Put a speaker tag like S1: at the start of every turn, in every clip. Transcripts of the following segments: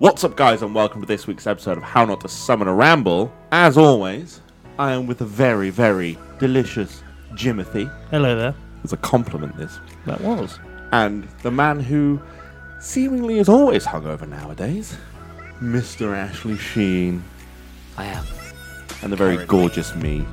S1: What's up, guys, and welcome to this week's episode of How Not to Summon a Ramble. As always, I am with a very, very delicious Jimothy.
S2: Hello there.
S1: It's a compliment, this.
S2: That was.
S1: And the man who seemingly is always hungover nowadays, Mr. Ashley Sheen,
S3: I am.
S1: and the very
S3: Currently.
S1: gorgeous me.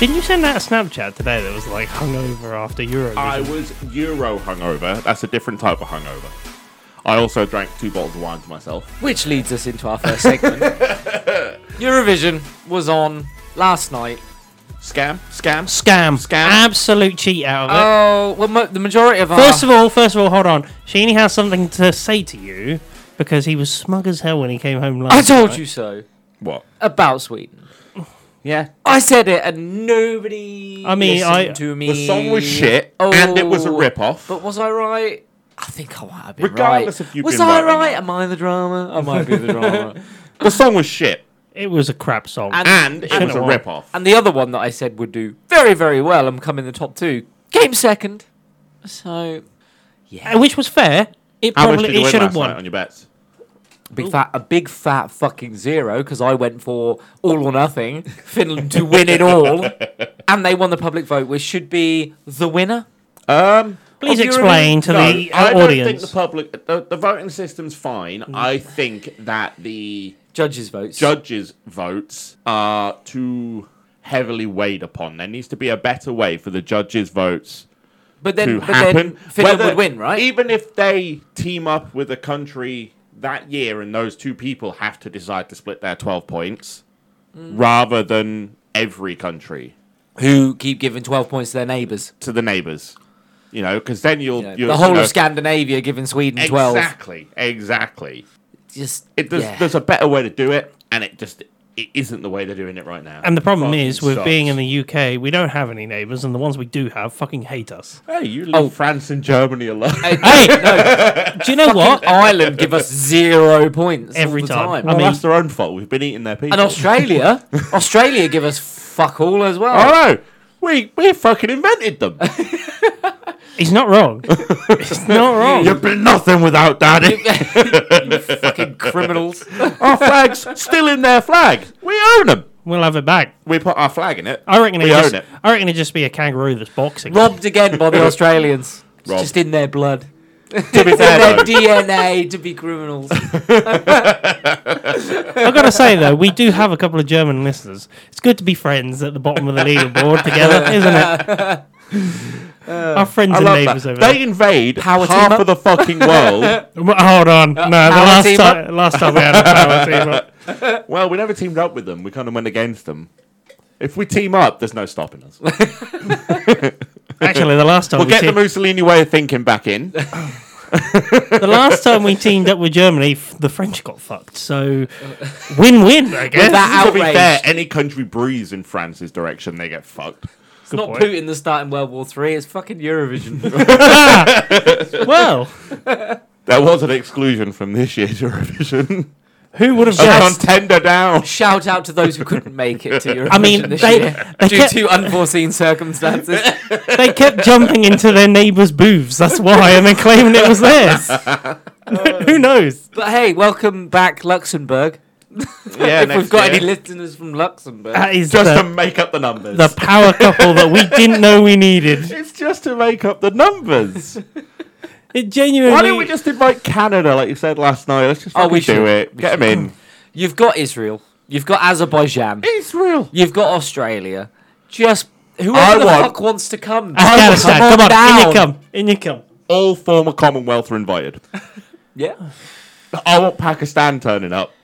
S2: Didn't you send out a Snapchat today that was like hungover after Eurovision?
S1: I was Euro hungover. That's a different type of hungover. I also drank two bottles of wine to myself.
S3: Which leads us into our first segment. Eurovision was on last night.
S1: Scam, scam, scam.
S2: scam.
S1: Scam. Ah.
S2: Absolute cheat out of it.
S3: Oh, well, mo- the majority of our.
S2: first of all, first of all, hold on. Sheeny has something to say to you because he was smug as hell when he came home
S3: I
S2: last
S3: told
S2: night.
S3: you so.
S1: What?
S3: About Sweden.
S1: Yeah.
S3: I said it and nobody.
S2: I mean,
S3: listened
S2: I-
S3: To me.
S1: The song was shit, and it was a
S3: Oh,
S1: rip-off.
S3: But was I right? I think I might have been
S1: Regardless
S3: right.
S1: if you've
S3: was
S1: been right
S3: I
S1: or
S3: right?
S1: not.
S3: Am I the drama? I might be the drama.
S1: The song was shit,
S2: It was a crap song.
S1: and it was a
S2: won.
S1: rip-off.
S3: And the other one that I said would do very, very well and come in the top two came second. So, yeah,
S2: Uh, which was fair. It
S1: How much did
S2: probably
S1: you
S2: it
S1: win
S2: should have
S1: last night on
S2: won.
S1: your bets?
S3: big fat, a big fat fucking zero because I went for all or nothing, Finland to win it all, and they won the public vote, which should be the winner.
S1: Um,
S2: Please
S3: Of Eurovision?
S2: explain to
S1: no,
S2: the uh,
S1: I don't think the
S2: audience.
S1: public. The, the voting system's fine. I think that the
S3: Judges' votes.
S1: judges' votes are too heavily weighed upon. There needs to be a better way for the judges' votes
S3: but
S1: to
S3: then, but
S1: happen.
S3: then Finland
S1: Whether-
S3: would win, right?
S1: Even if they team up with a country that year, and those two people have to decide to split their twelve points, rather than every country
S3: Who keep giving twelve points to their neighbours?
S1: to the neighbours. You know, because then you'll,
S3: You know,
S1: you'll
S3: the whole
S1: you know,
S3: of Scandinavia giving Sweden twelve.
S1: Exactly, exactly.
S3: Just
S1: It, there's,
S3: yeah.
S1: there's a better way to do it, and it just it isn't the way they're doing it right now.
S2: And the problem is,
S1: Fucking
S2: with being in
S1: sucks.
S2: the UK, we don't have any neighbours, and the ones we do have fucking hate us.
S1: hey, you
S3: Oh.
S1: leave France and Germany alone.
S2: Hey, do you know what?
S3: Ireland give us zero points
S2: Every
S3: all the
S2: time.
S3: time.
S1: well,
S2: I mean-
S1: that's their own fault. We've been eating their people.
S3: And Australia, Australia give us fuck all as well.
S1: oh no, we we fucking invented them.
S2: He's not wrong. He's not wrong.
S1: You've been nothing without daddy.
S3: Fucking criminals.
S1: our flag's still in their flag. We own them.
S2: We'll have it back.
S1: We put our flag in it.
S2: I reckon it
S1: we
S2: just,
S1: own it.
S2: I reckon it just be a kangaroo that's boxing.
S3: Robbed again by the Australians. It's
S1: Robbed.
S3: just in their blood.
S1: To be fair,
S3: In their
S1: though,
S3: DNA to be criminals.
S2: I gotta say though, we do have a couple of German listeners. It's good to be friends at the bottom of the leaderboard together, isn't it?
S3: Uh,
S2: Our friends
S1: I
S2: and
S1: love
S2: neighbours
S1: that.
S2: over there.
S1: They invade
S3: Power team
S1: half
S3: up.
S1: of the fucking world.
S2: Well, Hold on, no, the
S3: Uh, power
S2: last
S3: team
S2: time, last time we had a power team up.
S1: well, we never teamed up with them. We kind of went against them. If we team up, there's no stopping us.
S2: Actually, the last time
S1: We'll
S2: we
S1: get the
S2: team-
S1: Mussolini way of thinking back in.
S2: the last time we teamed up with Germany, f- the French got fucked. So, win-win, I guess.
S3: that
S1: to be
S3: outraged.
S1: fair, any country breathes in France's direction, they get fucked.
S3: It's not
S2: point.
S3: Putin that's starting World War Three. It's fucking Eurovision.
S2: well,
S1: There was an exclusion from this year's Eurovision.
S2: who would have
S1: A
S2: guessed?
S1: contender down.
S3: Shout out to those who couldn't make it to Eurovision
S2: I mean,
S3: this
S2: they-
S3: year
S2: they
S3: due
S2: kept-
S3: to unforeseen circumstances.
S2: They kept jumping into their neighbours' booths. That's why, and then claiming it was theirs. who knows?
S3: but hey, welcome back, Luxembourg.
S1: Yeah,
S3: if we've
S1: next
S3: got
S1: year.
S3: any listeners from Luxembourg,
S2: That is
S1: just
S2: the-
S1: to make up the numbers.
S2: the power couple that we didn't know we needed.
S1: it's just to make up the numbers.
S2: It genuinely.
S1: Why don't we just invite Canada, like you said last night? Let's just
S3: Oh, we
S1: fucking do
S3: should.
S1: it. Get them in.
S3: you've got Israel, you've got Azerbaijan,
S1: Israel.
S3: you've got Australia. Just whoever
S1: I
S3: the
S1: want-
S3: fuck wants to come.
S2: Afghanistan,
S3: Come
S2: come on, in
S3: down.
S2: you Ah, come, in you come.
S1: All former Commonwealth are invited.
S3: Yeah.
S1: I want Pakistan turning up.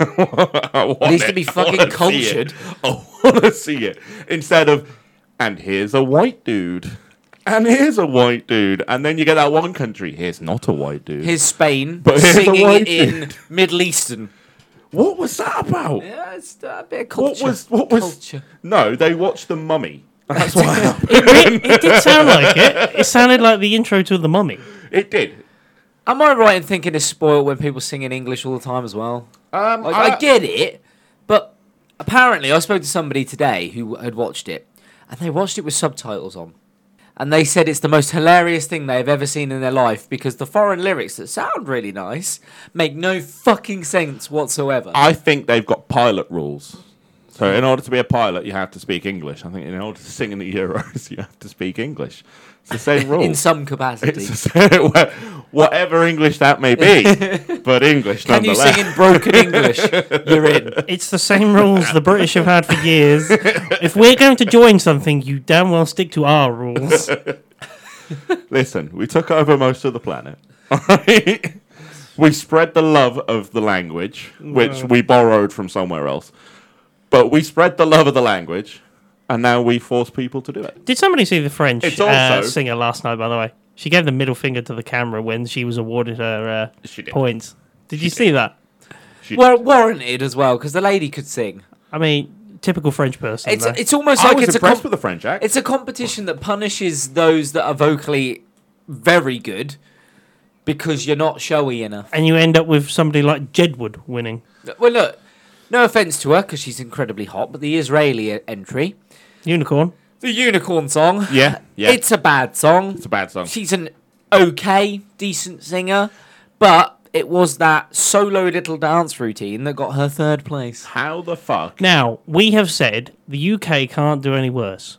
S1: I want
S3: needs to
S1: it.
S3: be
S1: I
S3: fucking
S1: wanna see
S3: cultured.
S1: it. I want to see it instead of, and here's a white dude, and here's a white dude, and then you get that one country. Here's not a white dude.
S3: Here's Spain
S1: But here's the
S3: singing
S1: white
S3: it in Middle Eastern.
S1: what was that about?
S3: Yeah, it's uh, a bit of culture.
S1: What was what was?
S3: culture?
S1: No, they watched the Mummy. That's why
S2: It, did- it did sound like it. It sounded like the intro to The Mummy.
S1: it did.
S3: Am I right in thinking it's spoiled when people sing in English all the time as well?
S1: Um,
S3: Like,
S1: I-
S3: I get it, but apparently I spoke to somebody today who had watched it, and they watched it with subtitles on. And they said it's the most hilarious thing they've ever seen in their life because the foreign lyrics that sound really nice make no fucking sense whatsoever.
S1: I think they've got pilot rules. So in order to be a pilot, you have to speak English. I think in order to sing in the Euros, you have to speak English. It's the same rule.
S3: in some capacity.
S1: It's the same- wha- whatever English that may be, but English
S3: Can you
S1: nonetheless.
S3: sing in broken English? You're in.
S2: It's the same rules the British have had for years. If we're going to join something, you damn well stick to our rules.
S1: Listen, we took over most of the planet. alright? we spread the love of the language, which we borrowed from somewhere else. But we spread the love of the language, and now we force people to do it.
S2: Did somebody see the French
S1: It's
S2: uh,
S1: also-
S2: singer last night? By the way, she gave the middle finger to the camera when she was awarded her uh,
S1: She did.
S2: points. Did you see that?
S1: She-
S3: Well, warranted as well because the lady could sing.
S2: I mean, typical French person.
S3: It's
S2: though.
S3: it's almost
S1: I
S3: like
S1: was
S3: it's a
S1: impressed
S3: comp-
S1: with the French act.
S3: It's a competition that punishes those that are vocally very good because you're not showy enough.
S2: and you end up with somebody like Jedwood winning.
S3: Well, look, no offense to her because she's incredibly hot, but the Israeli e- entry,
S2: Unicorn.
S3: the Unicorn song,
S1: Yeah, yeah.
S3: it's a bad song.
S1: It's a bad song.
S3: She's an okay, decent singer, but it was that solo little dance routine that got her third place.
S1: How the fuck?
S2: Now, we have said the UK can't do any worse.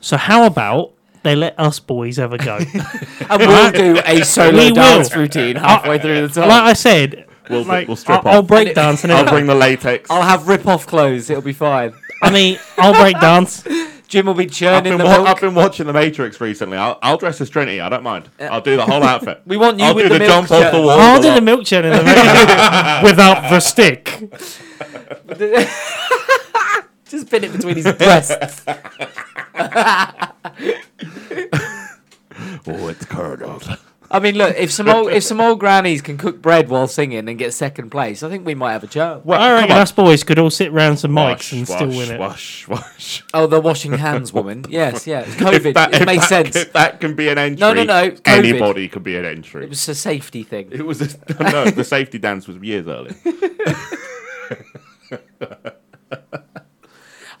S2: So how about they let us boys have a go?
S3: And we'll do a
S2: We
S3: solo
S2: will.
S3: dance routine halfway through the
S2: like
S3: song.
S2: I said,
S1: We'll,
S2: like,
S1: we'll strip
S2: I'll, I'll
S1: off.
S2: break dance and
S1: I'll bring
S2: everything.
S1: the latex.
S3: I'll have rip-off clothes. It'll be fine.
S2: I mean, I'll break dance.
S3: Jim will be
S1: I've
S3: churning
S1: been,
S3: the
S1: wa-
S3: milk.
S1: I've been watching The Matrix recently. I'll, I'll dress as Trinity. I don't mind. I'll do the whole outfit.
S3: We want you
S1: I'll
S3: with
S1: do
S3: the
S1: the,
S3: milk
S1: jump off the
S3: shirt.
S1: wall.
S2: I'll
S1: a
S2: do the
S1: lot.
S2: milk churn in the video without the stick.
S3: Just pin it between his breasts.
S1: Oh, it's curdled.
S3: I mean, look, if some old if some old grannies can cook bread while singing and get second place, I think we might have a chance.
S1: Well,
S2: I reckon
S1: come on.
S2: us boys could all sit round some mics
S1: Wash,
S2: and still
S1: wash,
S2: win it.
S1: Wash, wash.
S3: Oh, the washing hands woman. Yes, yeah. it's COVID.
S1: If that,
S3: it
S1: if
S3: makes
S1: that,
S3: sense.
S1: If that can be an entry,
S3: No, no, no, COVID.
S1: Anybody could be an entry.
S3: It was a safety thing.
S1: It was a, no, the safety dance was years early.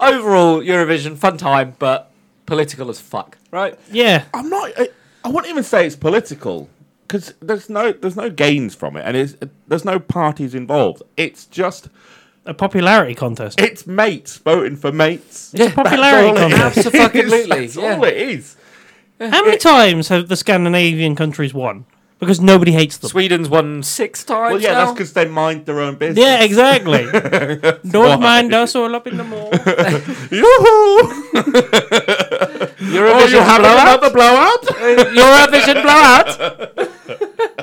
S3: Overall, Eurovision, fun time, but political as fuck, right?
S2: Yeah.
S1: I'm not. I, I wouldn't even say it's political because there's no there's no gains from it, and it's, there's no parties involved. It's just
S2: A popularity contest.
S1: it's mates voting for mates.
S3: Yeah,
S2: popularity
S1: That's all it
S2: contest.
S1: is.
S3: Abso-fucking-lutely,
S1: That's
S3: yeah.
S1: all it is.
S2: How many times have the Scandinavian countries won? Because nobody hates them.
S3: Sweden's won six times.
S1: Well, yeah,
S3: now.
S1: that's because they mind their own business.
S2: Yeah, exactly. Don't
S1: why.
S2: mind us all up in the mall.
S1: Yoo-hoo! Oh,
S3: Eurovision
S1: you're having
S3: blowout.
S1: another blowout?
S2: Uh,
S3: Eurovision blowout.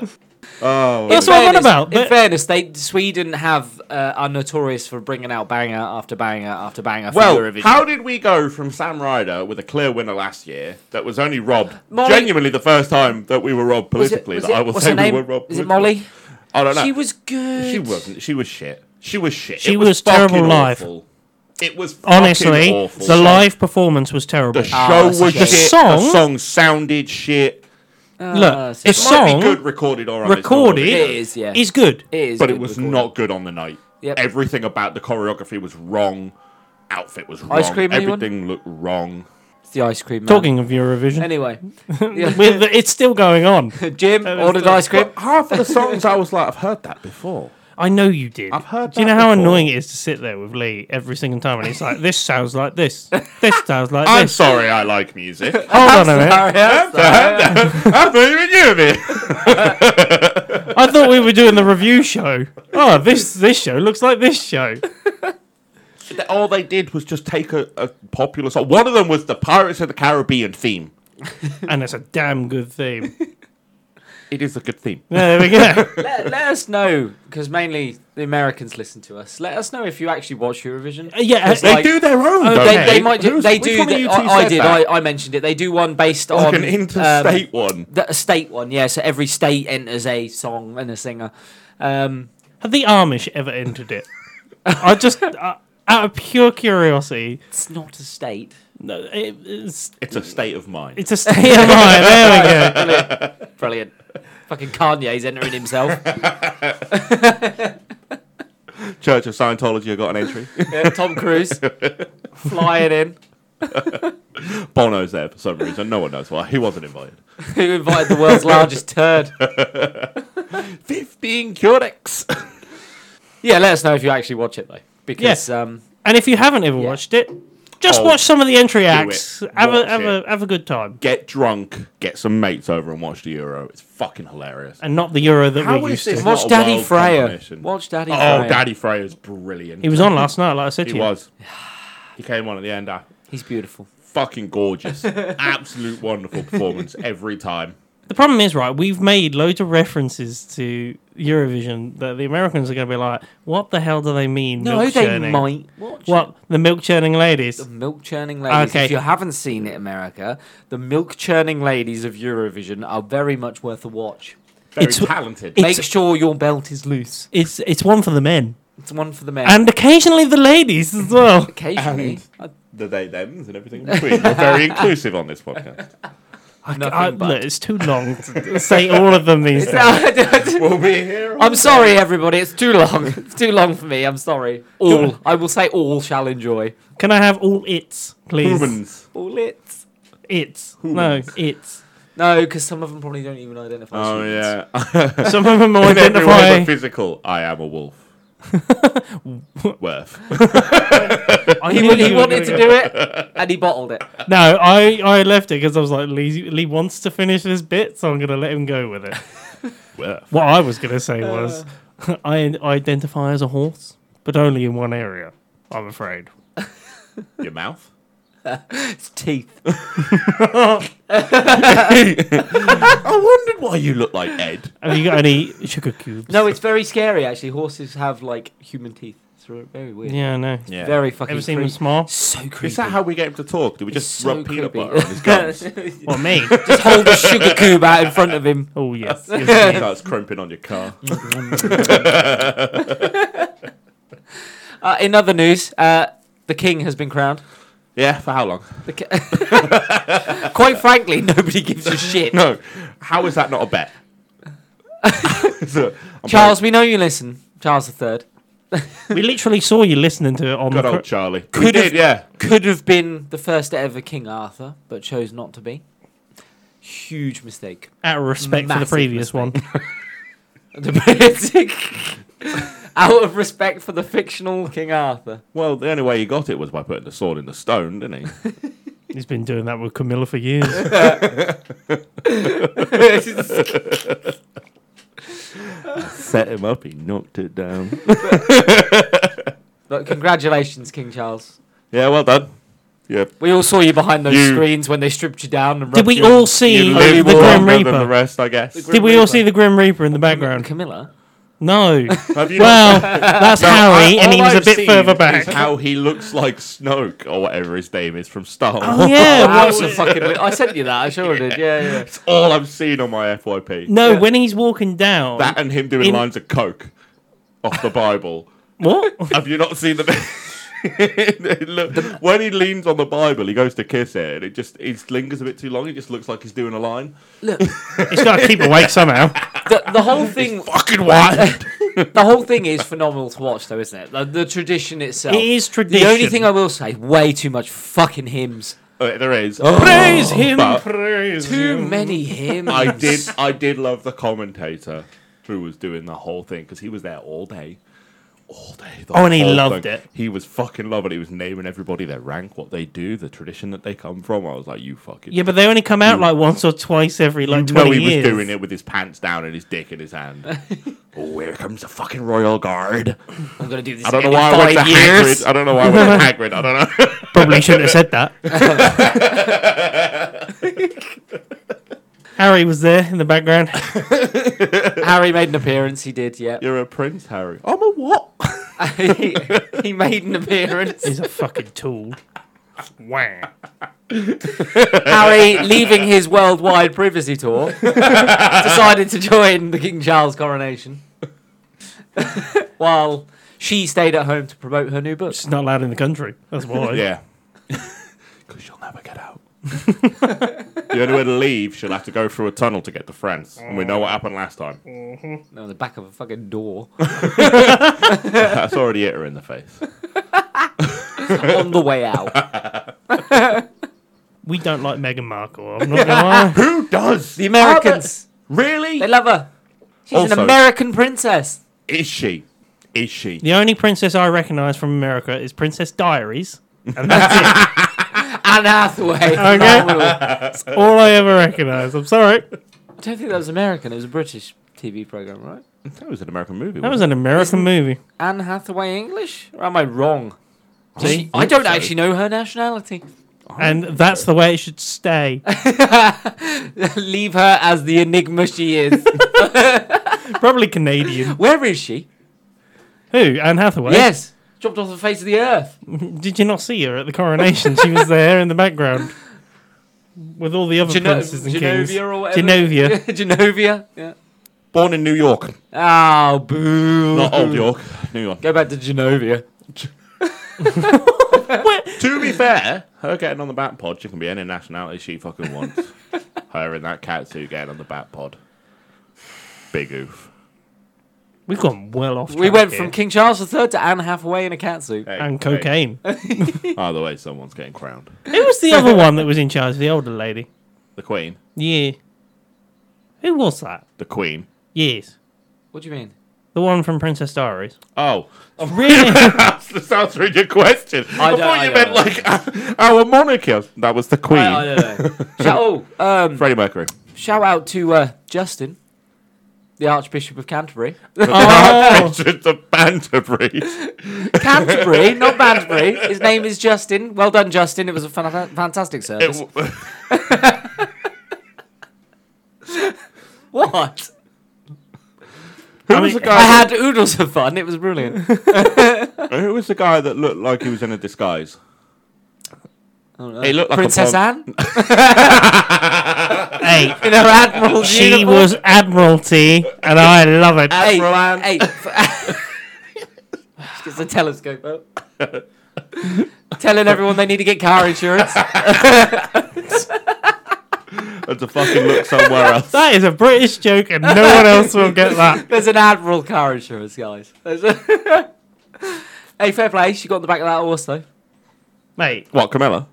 S1: Oh,
S2: That's what I'm on
S3: fairness-
S2: about,
S3: In
S2: but-
S3: fairness, they Sweden have uh, are notorious for bringing out banger after banger after banger. For
S1: Well,
S3: Eurovision.
S1: how did we go from Sam Ryder with a clear winner last year that was only robbed?
S3: Molly-
S1: Genuinely, the first time that we were robbed
S3: Was it-
S1: politically.
S3: was
S1: that
S3: it-
S1: I will
S3: what's
S1: say
S3: her
S1: we
S3: name?
S1: were robbed.
S3: Is it
S1: politically.
S3: Molly?
S1: I don't know.
S3: She was good.
S1: She wasn't. She was shit. She was shit.
S2: She
S1: It
S2: was terrible
S1: fucking
S2: live.
S1: awful. It was fucking
S2: Honestly,
S1: awful.
S2: the live performance was terrible.
S1: The show
S3: Ah, that's a
S1: was
S3: shame.
S1: shit.
S2: The song-
S1: the song sounded shit.
S2: Look,
S3: Ah, it's
S2: the
S3: a
S1: Might be
S2: song
S1: good recorded or
S2: Recorded?
S3: It is, yeah.
S2: is good.
S3: It is
S1: but it
S3: good
S1: was
S3: recording.
S1: not good on the night.
S3: Yep.
S1: Everything about the choreography was wrong. Outfit was wrong.
S3: Ice cream, anyone?
S1: Everything looked wrong.
S3: It's the ice cream. Man.
S2: Talking of Eurovision,
S3: Anyway,
S2: with it's still going on.
S3: Jim ordered ice cream.
S1: But half of the songs, I was like, I've heard that before.
S2: I know you did.
S1: I've heard
S2: Do you
S1: that
S2: know how
S1: before.
S2: annoying it is to sit there with Lee every single time, and he's like, "This sounds like this. This sounds like
S1: I'm
S2: this."
S1: sorry, I like music.
S2: Hold on a minute.
S1: I'm not even you, man.
S2: I thought we were doing the review show. Oh, this this show looks like this show.
S1: All they did was just take a, a popular song. One of them was the Pirates of the Caribbean theme.
S2: And it's a damn good theme.
S1: It is a good theme.
S2: Yeah, there we go.
S3: let, let us know because mainly the Americans listen to us. Let us know if you actually watch Eurovision.
S2: Uh, Yeah,
S3: It's
S1: They
S3: like-
S1: do their own.
S2: Oh,
S1: don't
S3: They, they
S2: Okay.
S3: might do.
S1: Who's-
S3: They
S1: which
S3: do.
S1: one of
S3: that-
S1: you two
S3: I, I
S1: said
S3: did.
S1: that?
S3: I, I mentioned it. They do one based
S1: like
S3: on
S1: an
S3: um,
S1: interstate one.
S3: the a state one, yeah. So every state enters a song and a singer. Um,
S2: Have the Amish ever entered it? I just I, out of pure curiosity,
S3: It's not a state.
S2: no, it, it's
S1: It's a state of mind.
S2: it's a state of mind. There we go.
S3: Brilliant. Brilliant. Fucking Kanye's entering himself.
S1: Church of Scientology have got an entry.
S3: Yeah, Tom Cruise flying in.
S1: Bono's there for some reason. No one knows why. He wasn't invited.
S3: Who invited the world's largest turd?
S1: 15 curex.
S3: Yeah, let us know if you actually watch it though, because um,
S2: And if you haven't ever watched it, just
S1: Oh,
S2: watch some of the entry acts.
S1: it.
S2: Have a
S1: Watch
S2: have
S1: it.
S2: a have a good time,
S1: Get drunk, get some mates over and watch the Euro. It's fucking hilarious.
S2: and not the euro that
S1: How
S2: we're
S1: is
S2: used
S1: this
S2: to.
S1: not
S3: watch
S1: a
S3: Daddy
S1: wild
S3: Freya.
S1: combination?
S3: Watch Daddy
S1: Oh,
S3: Freya.
S1: Daddy Freya's brilliant.
S2: He was on last night, like I said to
S1: He
S2: you.
S1: was. He came on at the end. I
S3: He's beautiful.
S1: fucking gorgeous. Absolute wonderful performance every time.
S2: The problem is, right? We've made loads of references to Eurovision that the Americans are going to be like, "What the hell do they mean?"
S3: No,
S2: milk
S3: they
S2: churning?
S3: might watch it.
S2: What the milk churning ladies?
S3: The milk churning ladies.
S2: Okay.
S3: If you haven't seen it, America, the milk churning ladies of Eurovision are very much worth a watch.
S1: Very
S2: It's-
S1: talented.
S2: it-
S3: Make
S2: It's-
S3: sure your belt is loose.
S2: It's it's one for the men
S3: It's one for the men.
S2: and occasionally the ladies as well.
S3: occasionally,
S1: the they thems and everything in between. We're very inclusive on this podcast.
S2: I,
S3: Nothing
S2: I,
S3: but.
S2: look, it's too long to say all of them these days.
S3: I-
S1: We'll be here.
S3: I'm sorry, everybody. It's too long. It's too long for me. I'm sorry. All I will say, all shall enjoy.
S2: Can I have all its,
S1: Oh,
S2: please?
S1: Humans.
S3: All it.
S2: Its. No, its.
S3: No, because some of them probably don't even identify. as
S1: Oh
S3: humans.
S1: yeah.
S2: Some of them will
S1: In every way
S2: identify.
S1: but physical, I am a wolf. Worth.
S2: I
S3: He,
S2: knew
S3: wa- he
S2: you were
S3: wanted to
S2: gonna
S3: do it, and he bottled it.
S2: go- No, I, I left it because I was like, Lee, Lee wants to finish this bit, so I'm going to let him go with it.
S1: Worth.
S2: What I was going to say was,
S3: Uh.
S2: I identify as a horse, but only in one area, I'm afraid.
S1: Your mouth?
S3: It's teeth.
S1: I wondered why you look like Ed.
S2: Have you got any sugar cubes?
S3: No, it's very scary. Actually, horses have like human teeth. It's re- very weird.
S2: Yeah, no.
S1: Yeah.
S3: Very fucking.
S2: Ever seen them
S3: creepy.
S2: small?
S3: So creepy.
S1: Is that how we get him to talk? Do we just
S3: so
S1: rub peanut
S3: creepy.
S1: butter on his gums?
S2: Or me?
S3: Just hold the sugar cube out in front of him.
S2: Oh, yes.
S1: He starts crimping on your car.
S3: Mm-hmm. Uh, in other news, uh, the king has been crowned.
S1: Yeah, for how long?
S3: The ki- Quite frankly, nobody gives a shit.
S1: No. How is that not a bet? So, I'm
S3: Charles, we know you listen. Charles the Third
S2: we literally saw you listening to it on
S1: Good
S2: the.
S1: old
S2: cr-
S1: Charlie.
S3: Could
S1: we
S3: have-
S1: did, yeah.
S3: could have been the first ever King Arthur, but chose not to be. Huge mistake.
S2: out of respect for the
S3: Massive
S2: previous one.
S3: Out of respect for the fictional King Arthur.
S1: Well, the only way he got it was by putting the sword in the stone, didn't he?
S2: He's been doing that with Camilla for years.
S1: Set him up, he knocked it down.
S3: But congratulations, King Charles.
S1: yeah, well done. Yeah.
S3: We all saw you behind those
S1: You-
S3: screens when they stripped you down and
S2: Did
S3: rubbed
S2: we
S3: you in-
S2: all see
S1: You
S2: oh, the
S1: lived
S2: Grim
S1: longer than the
S2: Reaper?
S1: rest, I guess.
S3: The Grim-
S2: Did we all
S3: Reaper.
S2: see the Grim Reaper in the background?
S3: Camilla?
S2: No.
S1: Have you
S2: Well, that's Harry, and he was a bit further back.
S1: how he looks like Snoke or whatever his name is from Star Wars.
S2: Oh yeah.
S3: Wow,
S2: well,
S3: that's a fucking wi- I sent you that. I sure did. Yeah, yeah.
S1: It's all I've seen on my FYP.
S2: no, when he's walking down.
S1: That and him doing
S2: In-
S1: lines of coke off the Bible.
S2: What?
S1: Have you not seen the? Look, when he leans on the Bible, he goes to kiss it, and it just it lingers a bit too long. It just looks like he's doing a line.
S3: Look,
S2: he's got to keep awake somehow.
S3: the, the whole thing,
S1: Fucking wild.
S3: the whole thing is phenomenal to watch, though, isn't it? The, the tradition itself.
S2: It is
S3: The
S2: tradition.
S3: only thing I will say, way too much fucking hymns.
S1: Uh, there is.
S2: Oh. praise him,
S1: But-
S2: praise
S3: Too
S2: him.
S3: many hymns.
S1: I did. I did love the commentator who was doing the whole thing because he was there all day, all day. the
S2: Oh, and he
S1: whole
S2: loved it.
S1: He was fucking loving. it. He was naming everybody their rank, what they do, the tradition that they come from. I was like, you fucking.
S2: Yeah, but they only come out like once or twice every like
S1: you know
S2: twenty
S1: he
S2: years.
S1: was doing it with his pants down and his dick in his hand. oh, here comes the fucking royal guard.
S3: I'm gonna do this.
S1: I don't know
S3: again
S1: why
S3: in
S1: I went to
S3: five years.
S1: Hagrid. I don't know why I went to Hagrid. I don't know.
S2: Probably shouldn't have said that. Harry was there in the background.
S3: Harry made an appearance. He did. Yeah.
S1: You're a prince, Harry. Oh I'm a what?
S3: he, he made an appearance.
S2: He's a fucking tool. Wow.
S3: Harry, leaving his worldwide privacy tour, decided to join the King Charles coronation. While She stayed at home to promote her new book.
S2: She's not allowed in the country. That's why.
S1: Yeah. Because you'll never get out. the only way to leave, she'll have to go through a tunnel to get to France. And we know what happened last time.
S3: On the back of a fucking door.
S1: That's already hit her in the face.
S3: on the way out.
S2: We don't like Meghan Markle. I'm not gonna lie.
S1: Who does?
S3: The Americans.
S1: Really?
S3: They love her. She's an
S1: Also-
S3: American princess.
S1: Is she? Is she?
S2: The only princess I recognise from America is Princess Diaries. And that's it.
S3: Anne Hathaway. Phenomenal. I
S2: That's all I ever recognise. I'm sorry.
S3: don't think that was American. It was a British TV program, right?
S1: That was an American movie.
S2: That
S1: wasn't
S2: was an American movie.
S3: Anne Hathaway English? Or am I wrong?
S2: See?
S3: I don't
S1: so.
S3: actually know her nationality.
S2: And that's the way it should stay.
S3: Leave her as the enigma she is.
S2: Probably Canadian.
S3: Where is she?
S2: Who? Anne Hathaway?
S3: Yes. Dropped off the face of the earth.
S2: Did you not see her at the coronation? she was there in the background with all the other
S3: Geno-
S2: princes and kings.
S3: Genovia or whatever.
S2: Genovia.
S3: Genovia. Yeah.
S1: Born in New York.
S3: Oh, boo.
S1: Not Old York. New York.
S3: Go back to Genovia.
S1: to be fair, her getting on the bat pod, she can be any nationality she fucking wants. her in that cat suit getting on the bat pod. Big oof.
S2: We've gone well off.
S3: We
S2: track
S3: went
S2: here.
S3: from King Charles III to Anne Hathaway in a catsuit.
S1: Hey,
S2: and
S1: hey.
S2: cocaine.
S1: Either way, someone's getting crowned.
S2: Who was the other one that was in charge? The older lady.
S1: The Queen.
S2: Yeah. Who was that?
S1: The Queen.
S2: Yes.
S3: What do you mean?
S2: The one from Princess Diaries.
S1: Oh,
S2: Really?
S1: that's the answer to your question. I,
S3: don't-
S1: thought
S3: I
S1: you
S3: don't
S1: meant
S3: know.
S1: like our monarchy. That was the Queen.
S3: I, I don't know. shout, oh, um,
S1: Freddie Mercury.
S3: shout out to uh, Justin, the Archbishop of Canterbury.
S2: oh,
S1: Richard the Banterbury.
S3: Canterbury, not Banterbury. His name is Justin. Well done, Justin. It was a fan- fantastic service.
S1: It w-
S3: what?
S1: Who
S2: I
S1: was
S2: mean,
S1: the
S3: I
S1: guy?
S3: had oodles of fun. It was brilliant.
S1: Who was the guy that looked like he was in a disguise?
S3: Oh,
S1: He looked like a
S3: Princess
S1: Bond-
S3: Anne
S2: hey.
S3: in her admiral's
S2: She
S3: uniform.
S2: was Admiralty, and I love it.
S3: Hey,
S1: Admiral Anne.
S3: hey. f- she gets a telescope out. Telling everyone they need to get car insurance.
S1: And to fucking look somewhere else.
S2: That is a British joke, and no one else will get that.
S3: There's an Admiral car insurance, guys. There's a- hey, fair play. She got on the back of that horse, though.
S2: Mate,
S1: What, Camilla?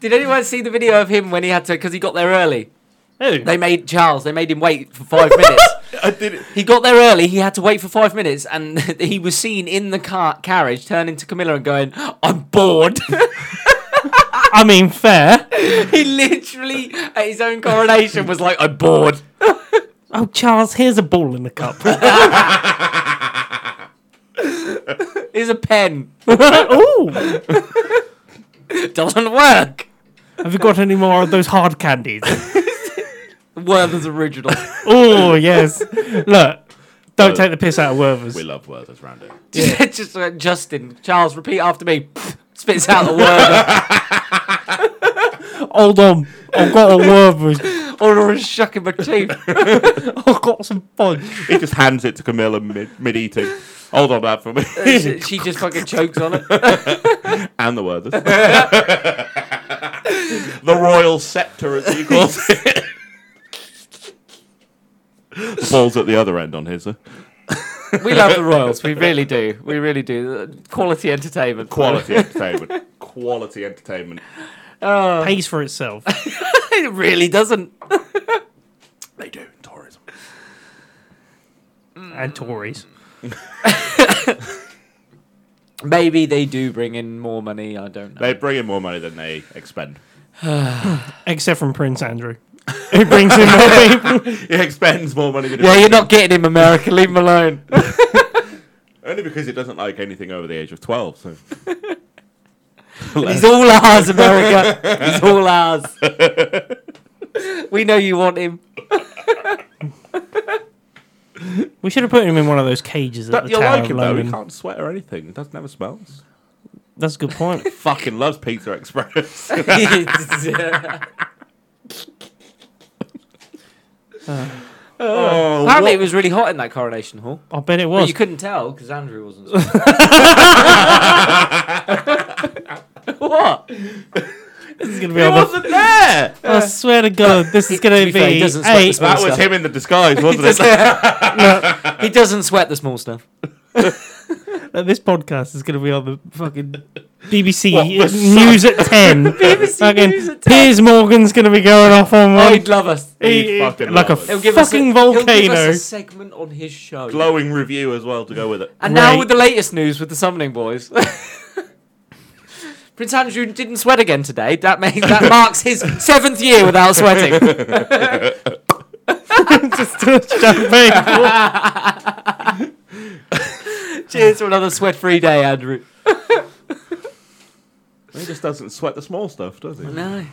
S3: Did anyone see the video of him when he had to? Because he got there early.
S2: who?
S3: They made Charles. They made him wait for five minutes.
S1: I did it.
S3: He got there early. He had to wait for five minutes, and he was seen in the car carriage turning to Camilla and going, "I'm bored."
S2: I mean, fair.
S3: he literally at his own coronation was like, "I'm bored."
S2: Oh, Charles, here's a ball in the cup.
S3: Here's a pen.
S2: Ooh,
S3: It doesn't work.
S2: have you got any more of those hard candies?
S3: Werther's original.
S2: Oh, yes. Look, don't
S1: Uh,
S2: take the piss out of Werther's.
S1: We love Werther's Randy.
S3: Just- Just like, Justin, Charles, repeat after me. Spits out the Werther.
S2: Hold on, I've got a Werther's.
S3: Order a shuck in my teeth.
S2: I've got some fudge.
S1: He just hands it to Camilla mid, mid-eating. Hold on that for me.
S3: she she just fucking chokes on it.
S1: and the Werthers. the royal scepter, as he calls it. The ball's at the other end on his. Uh,
S3: We love the royals. We really do. We really do. Quality entertainment.
S1: quality entertainment. Quality entertainment.
S2: Pays for itself.
S3: it really doesn't.
S1: They do in tourism.
S2: and Tories.
S3: Maybe they do bring in more money. I don't know.
S1: They bring in more money than they expend.
S2: Except from Prince Andrew. Who brings in more people?
S1: He expends more money than he
S3: yeah, you're
S1: brings
S3: not getting him, America. Leave him alone.
S1: in. Only because he doesn't like anything over the age of 12. So.
S3: He's all ours, America. He's all ours. we know you want him.
S2: We should have put him in one of those cages at the
S1: you
S2: Tower
S1: like
S2: of
S1: him, though. He
S2: London.
S1: can't sweat or anything. He doesn't have smells.
S2: That's a good point.
S1: Fucking loves Pizza Express.
S3: He's-
S1: Oh,
S3: Apparently,
S1: what-
S3: it was really hot in that coronation hall.
S2: I bet it
S3: But
S2: was.
S3: you couldn't tell because Andrew wasn't. what?
S2: This is gonna be
S1: He
S2: on the-
S1: wasn't there.
S2: I swear to God, this is
S3: To
S2: gonna be.
S3: be fair, he doesn't sweat
S2: eight-
S3: the smell.
S1: That was
S3: stuff.
S1: him in the disguise, wasn't it?
S3: He doesn't sweat the small stuff.
S2: that this podcast is gonna be on the fucking BBC
S1: What, the sun?
S2: News at ten.
S3: BBC
S2: Fucking
S3: News at 10.
S2: Piers Morgan's gonna be going off on
S3: Oh,
S2: one.
S3: he'd love us.
S1: He'd
S2: Um, He-
S1: fucking
S2: like a
S1: love it.
S3: He'll give
S2: fucking
S3: us a, He'll give
S2: volcano.
S3: us a segment on his show.
S1: Glowing review as well to go with it.
S3: And now
S2: Right.
S3: with the latest news with the summoning boys. Prince Andrew didn't sweat again today. That makes that marks his seventh year without sweating.
S2: Just to champagne.
S3: Cheers for another sweat-free day, Andrew.
S1: He just doesn't sweat the small stuff, does he?
S3: No.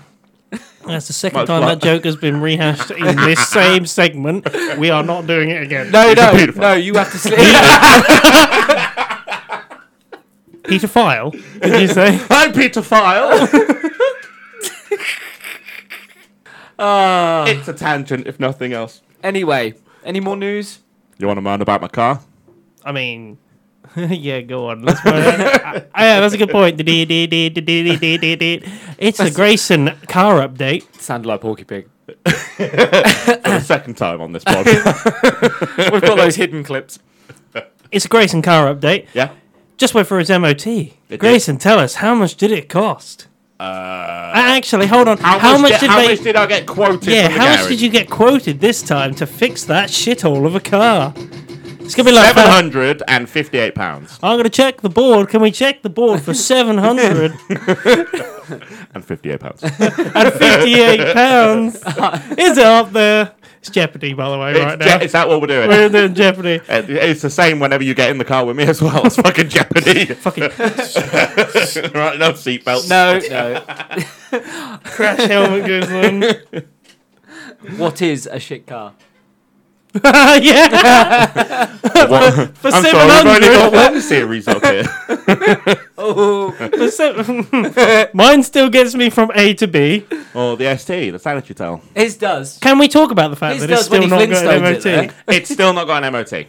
S2: That's the second
S1: Much
S2: time
S1: like-
S2: that joke has been rehashed in this same segment. We are not doing it again.
S3: No,
S1: He's a
S3: no,
S1: paedophile.
S3: no, you have to sleep.
S2: Peter File, did you say?
S1: I'm Peter File.
S2: Ah.
S3: uh,
S1: it's a tangent, if nothing else.
S3: anyway, any more news?
S1: You want to moan about my car?
S2: I mean, yeah, go on. Let's uh, yeah, that's a good point. It's a Grayson car update.
S3: Sounded like Porky Pig.
S1: For the second time on this podcast.
S3: We've got those hidden clips.
S2: It's a Grayson car update.
S1: yeah.
S2: Just went for his MOT.
S1: did.
S2: Grayson, tell us how much did it cost?
S1: Uh,
S2: Actually, hold on. How, much, did,
S1: how
S2: they?
S1: much did I get quoted?
S2: yeah,
S1: from the
S2: how much
S1: garage?
S2: did you get quoted this time to fix that shithole of a car? It's gonna be like
S1: Seven hundred and fifty-eight pounds
S2: I'm gonna check the board. Can we check the board for seven hundred
S1: and fifty-eight pounds.
S2: and fifty-eight pounds? Is it up there? It's Jeopardy, by the way,
S1: It's
S2: right
S1: Je-
S2: now.
S1: is that what we're doing?
S2: We're doing Jeopardy.
S1: Uh, It's the same whenever you get in the car with me as well. It's fucking Jeopardy.
S2: Fucking
S1: right, no seatbelts.
S3: No, no.
S2: crash helmet goes on.
S3: What is a shit car?
S2: yeah.
S1: What?
S2: For
S1: I'm sorry, we've only got
S2: 700.
S1: one series up here.
S3: Oh,
S2: for se- Mine still gets me from A to B.
S1: Or the ST, the sanitary towel.
S3: his does.
S2: Can we talk about the fact
S3: His
S2: that it's
S3: does when
S2: still
S3: he
S2: not got an
S3: Flintstones it
S2: MOT?
S3: there.
S1: It's still not got an MOT.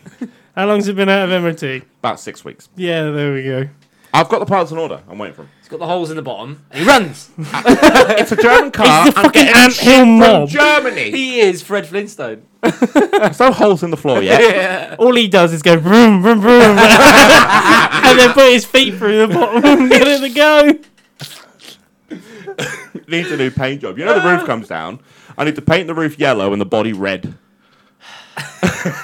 S2: How long's it been out of MOT?
S1: About six weeks.
S2: Yeah, there we go.
S1: I've got the parts in order. I'm waiting for them.
S3: He's got the holes in the bottom and he runs.
S1: It's a German car.
S2: It's the
S1: I'm
S2: fucking
S1: getting
S2: Ant Hill
S1: from
S2: mob.
S1: Germany.
S3: He is Fred Flintstone.
S1: There's no holes in the floor yet.
S3: Yeah.
S2: All he does is go vroom, vroom, vroom. and then put his feet through the bottom and get it to go.
S1: Needs a new paint job. You know the roof comes down. I need to paint the roof yellow and the body red.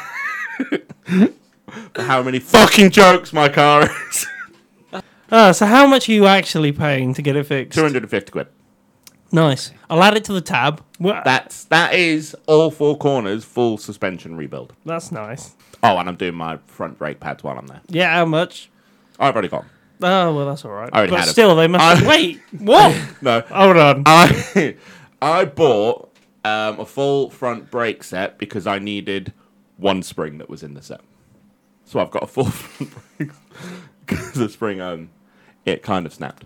S1: How many fucking jokes my car is?
S2: Ah, so how much are you actually paying to get it fixed?
S1: 250 quid.
S2: Nice. I'll add it to the tab. Wha-
S1: That's that is all four corners full suspension rebuild.
S2: That's nice.
S1: Oh, and I'm doing my front brake pads while I'm there.
S2: Yeah, how much?
S1: I've already got. 'em.
S2: Oh, well, that's all right.
S1: already
S2: But
S1: had 'em.
S2: still, they must.
S1: I-
S2: Wait, what?
S1: No,
S2: Hold on.
S1: I I bought um, a full front brake set because I needed one spring that was in the set. So I've got a full front brake because the spring um it kind of snapped.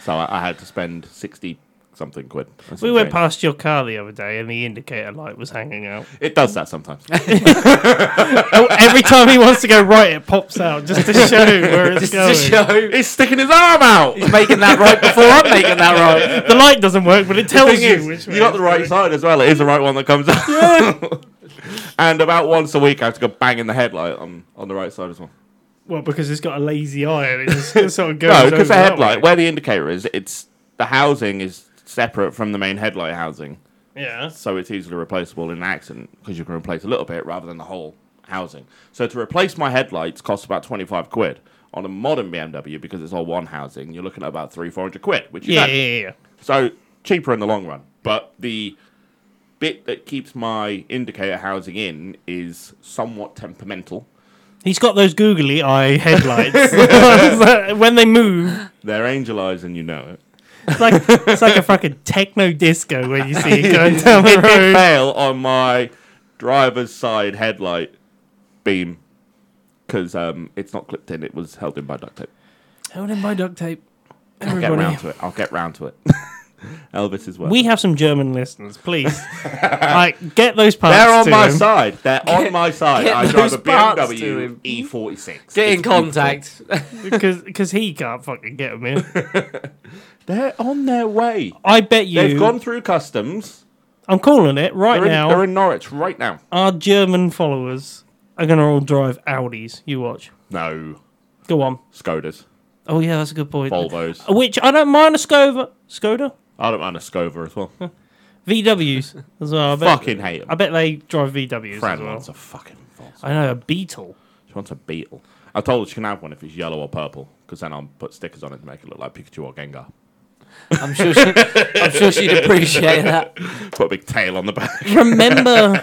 S1: So I, I had to spend sixty something quid. or
S2: We
S1: some
S2: went
S1: change.
S2: past your car the other day and the indicator light was hanging out.
S1: It does that sometimes.
S2: Oh, every time he wants to go right, it pops out just to show where it's
S3: Just
S2: going.
S3: to show.
S1: it's sticking his arm out.
S3: He's making that right before I'm making that right.
S2: The light doesn't work, but it tells
S1: thing
S2: you
S1: is,
S2: which way.
S1: you got
S2: it's
S1: the right
S2: going.
S1: side as well. It is the right one that comes out. and about once a week, I have to go bang in the headlight on, on the right side as well.
S2: Well, because it's got a lazy eye and it just it sort of goes.
S1: No,
S2: over
S1: because the
S2: that
S1: headlight,
S2: way.
S1: where the indicator is, it's the housing is separate from the main headlight housing,
S2: Yeah.
S1: so it's easily replaceable in an accident because you can replace a little bit rather than the whole housing. So to replace my headlights costs about twenty five quid. On a modern BMW, because it's all one housing, you're looking at about three, four hundred quid, which is
S2: Yeah, yeah, yeah, yeah.
S1: so cheaper in the long run. But the bit that keeps my indicator housing in is somewhat temperamental.
S2: He's got those googly eye headlights. when they move,
S1: They're angel eyes, and you know it.
S2: it's like it's like a fucking techno disco when you see it going down the
S1: It did
S2: road.
S1: fail on my driver's side headlight beam because um, it's not clipped in. It was held in by duct tape.
S2: Held in by duct tape.
S1: I'll get
S2: Everybody.
S1: round to it. I'll get round to it. Elvis is well.
S2: We have some German listeners, please. like, get those parts.
S1: They're on
S2: to
S1: my
S2: him.
S1: side. They're on my side.
S3: get
S1: I drive
S3: those
S1: a
S3: parts to
S1: BMW
S3: him.
S1: E46.
S3: Get
S1: E
S3: in
S1: It's beautiful.
S3: contact.
S2: because he can't fucking get them in.
S1: They're on their way.
S2: I bet you.
S1: They've gone through customs.
S2: I'm calling it right
S1: They're in,
S2: now.
S1: they're in Norwich right now.
S2: Our German followers are gonna all drive Audis. You watch.
S1: No,
S2: Go on.
S1: Skodas,
S2: Oh yeah, that's a good point.
S1: Volvos.
S2: Which I don't mind a Scova, Skoda,
S1: I don't mind a Scova as well.
S2: VWs as well. I bet,
S1: Fucking hate
S2: I
S1: them.
S2: bet they drive VWs
S1: Fran
S2: as well.
S1: wants a fucking Volvo.
S2: I know a Beetle.
S1: She wants a Beetle. I told her she can have one if it's yellow or purple, because then I'll put stickers on it to make it look like Pikachu or Gengar.
S3: I'm sure. She, I'm sure she'd appreciate that.
S1: Put a big tail on the back.
S2: Remember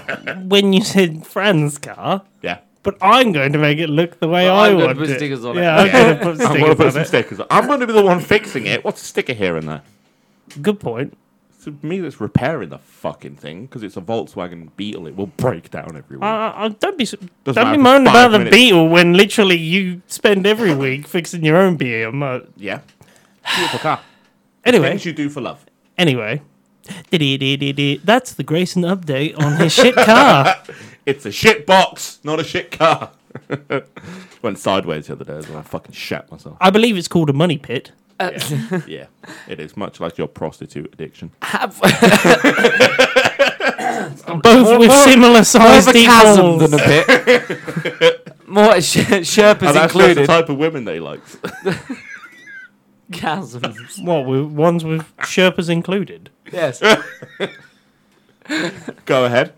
S2: when you said Fran's car?
S1: Yeah.
S2: But I'm going to make it look the way
S3: Well,
S2: I
S3: I'm gonna
S2: want
S3: put
S2: it.
S3: stickers on it.
S2: yeah, I'm
S1: Yeah.
S2: going to put
S1: I'm going to
S2: stickers
S1: put
S2: on
S1: some
S2: it.
S1: stickers on. I'm going to be the one fixing it. What's a sticker here and there?
S2: Good point.
S1: To me, that's repairing the fucking thing, because it's a Volkswagen Beetle. It will break down every week.
S2: Uh, uh, don't be s-
S1: matter
S2: don't be
S1: if it's
S2: moaning
S1: five
S2: about the
S1: minutes.
S2: Beetle when literally you spend every week fixing your own BM. Uh,
S1: yeah. Beautiful car.
S2: anyway,
S1: Things you do for love.
S2: anyway, Dee-dee-dee-dee-dee. that's the Grayson update on his shit car.
S1: It's a shit box, not a shit car. Went sideways the other day as well. I fucking shat myself.
S2: I believe it's called a money pit.
S1: Yeah. yeah. It is much like your prostitute addiction.
S3: Have
S2: Both with similar sized
S3: more of a chasm
S2: decals.
S3: than a bit. more sh- Sherpas
S1: And Oh, that's just the
S3: included.
S1: type of women that he likes.
S3: Chasms.
S2: What with ones with Sherpas included?
S3: Yes.
S1: Go ahead.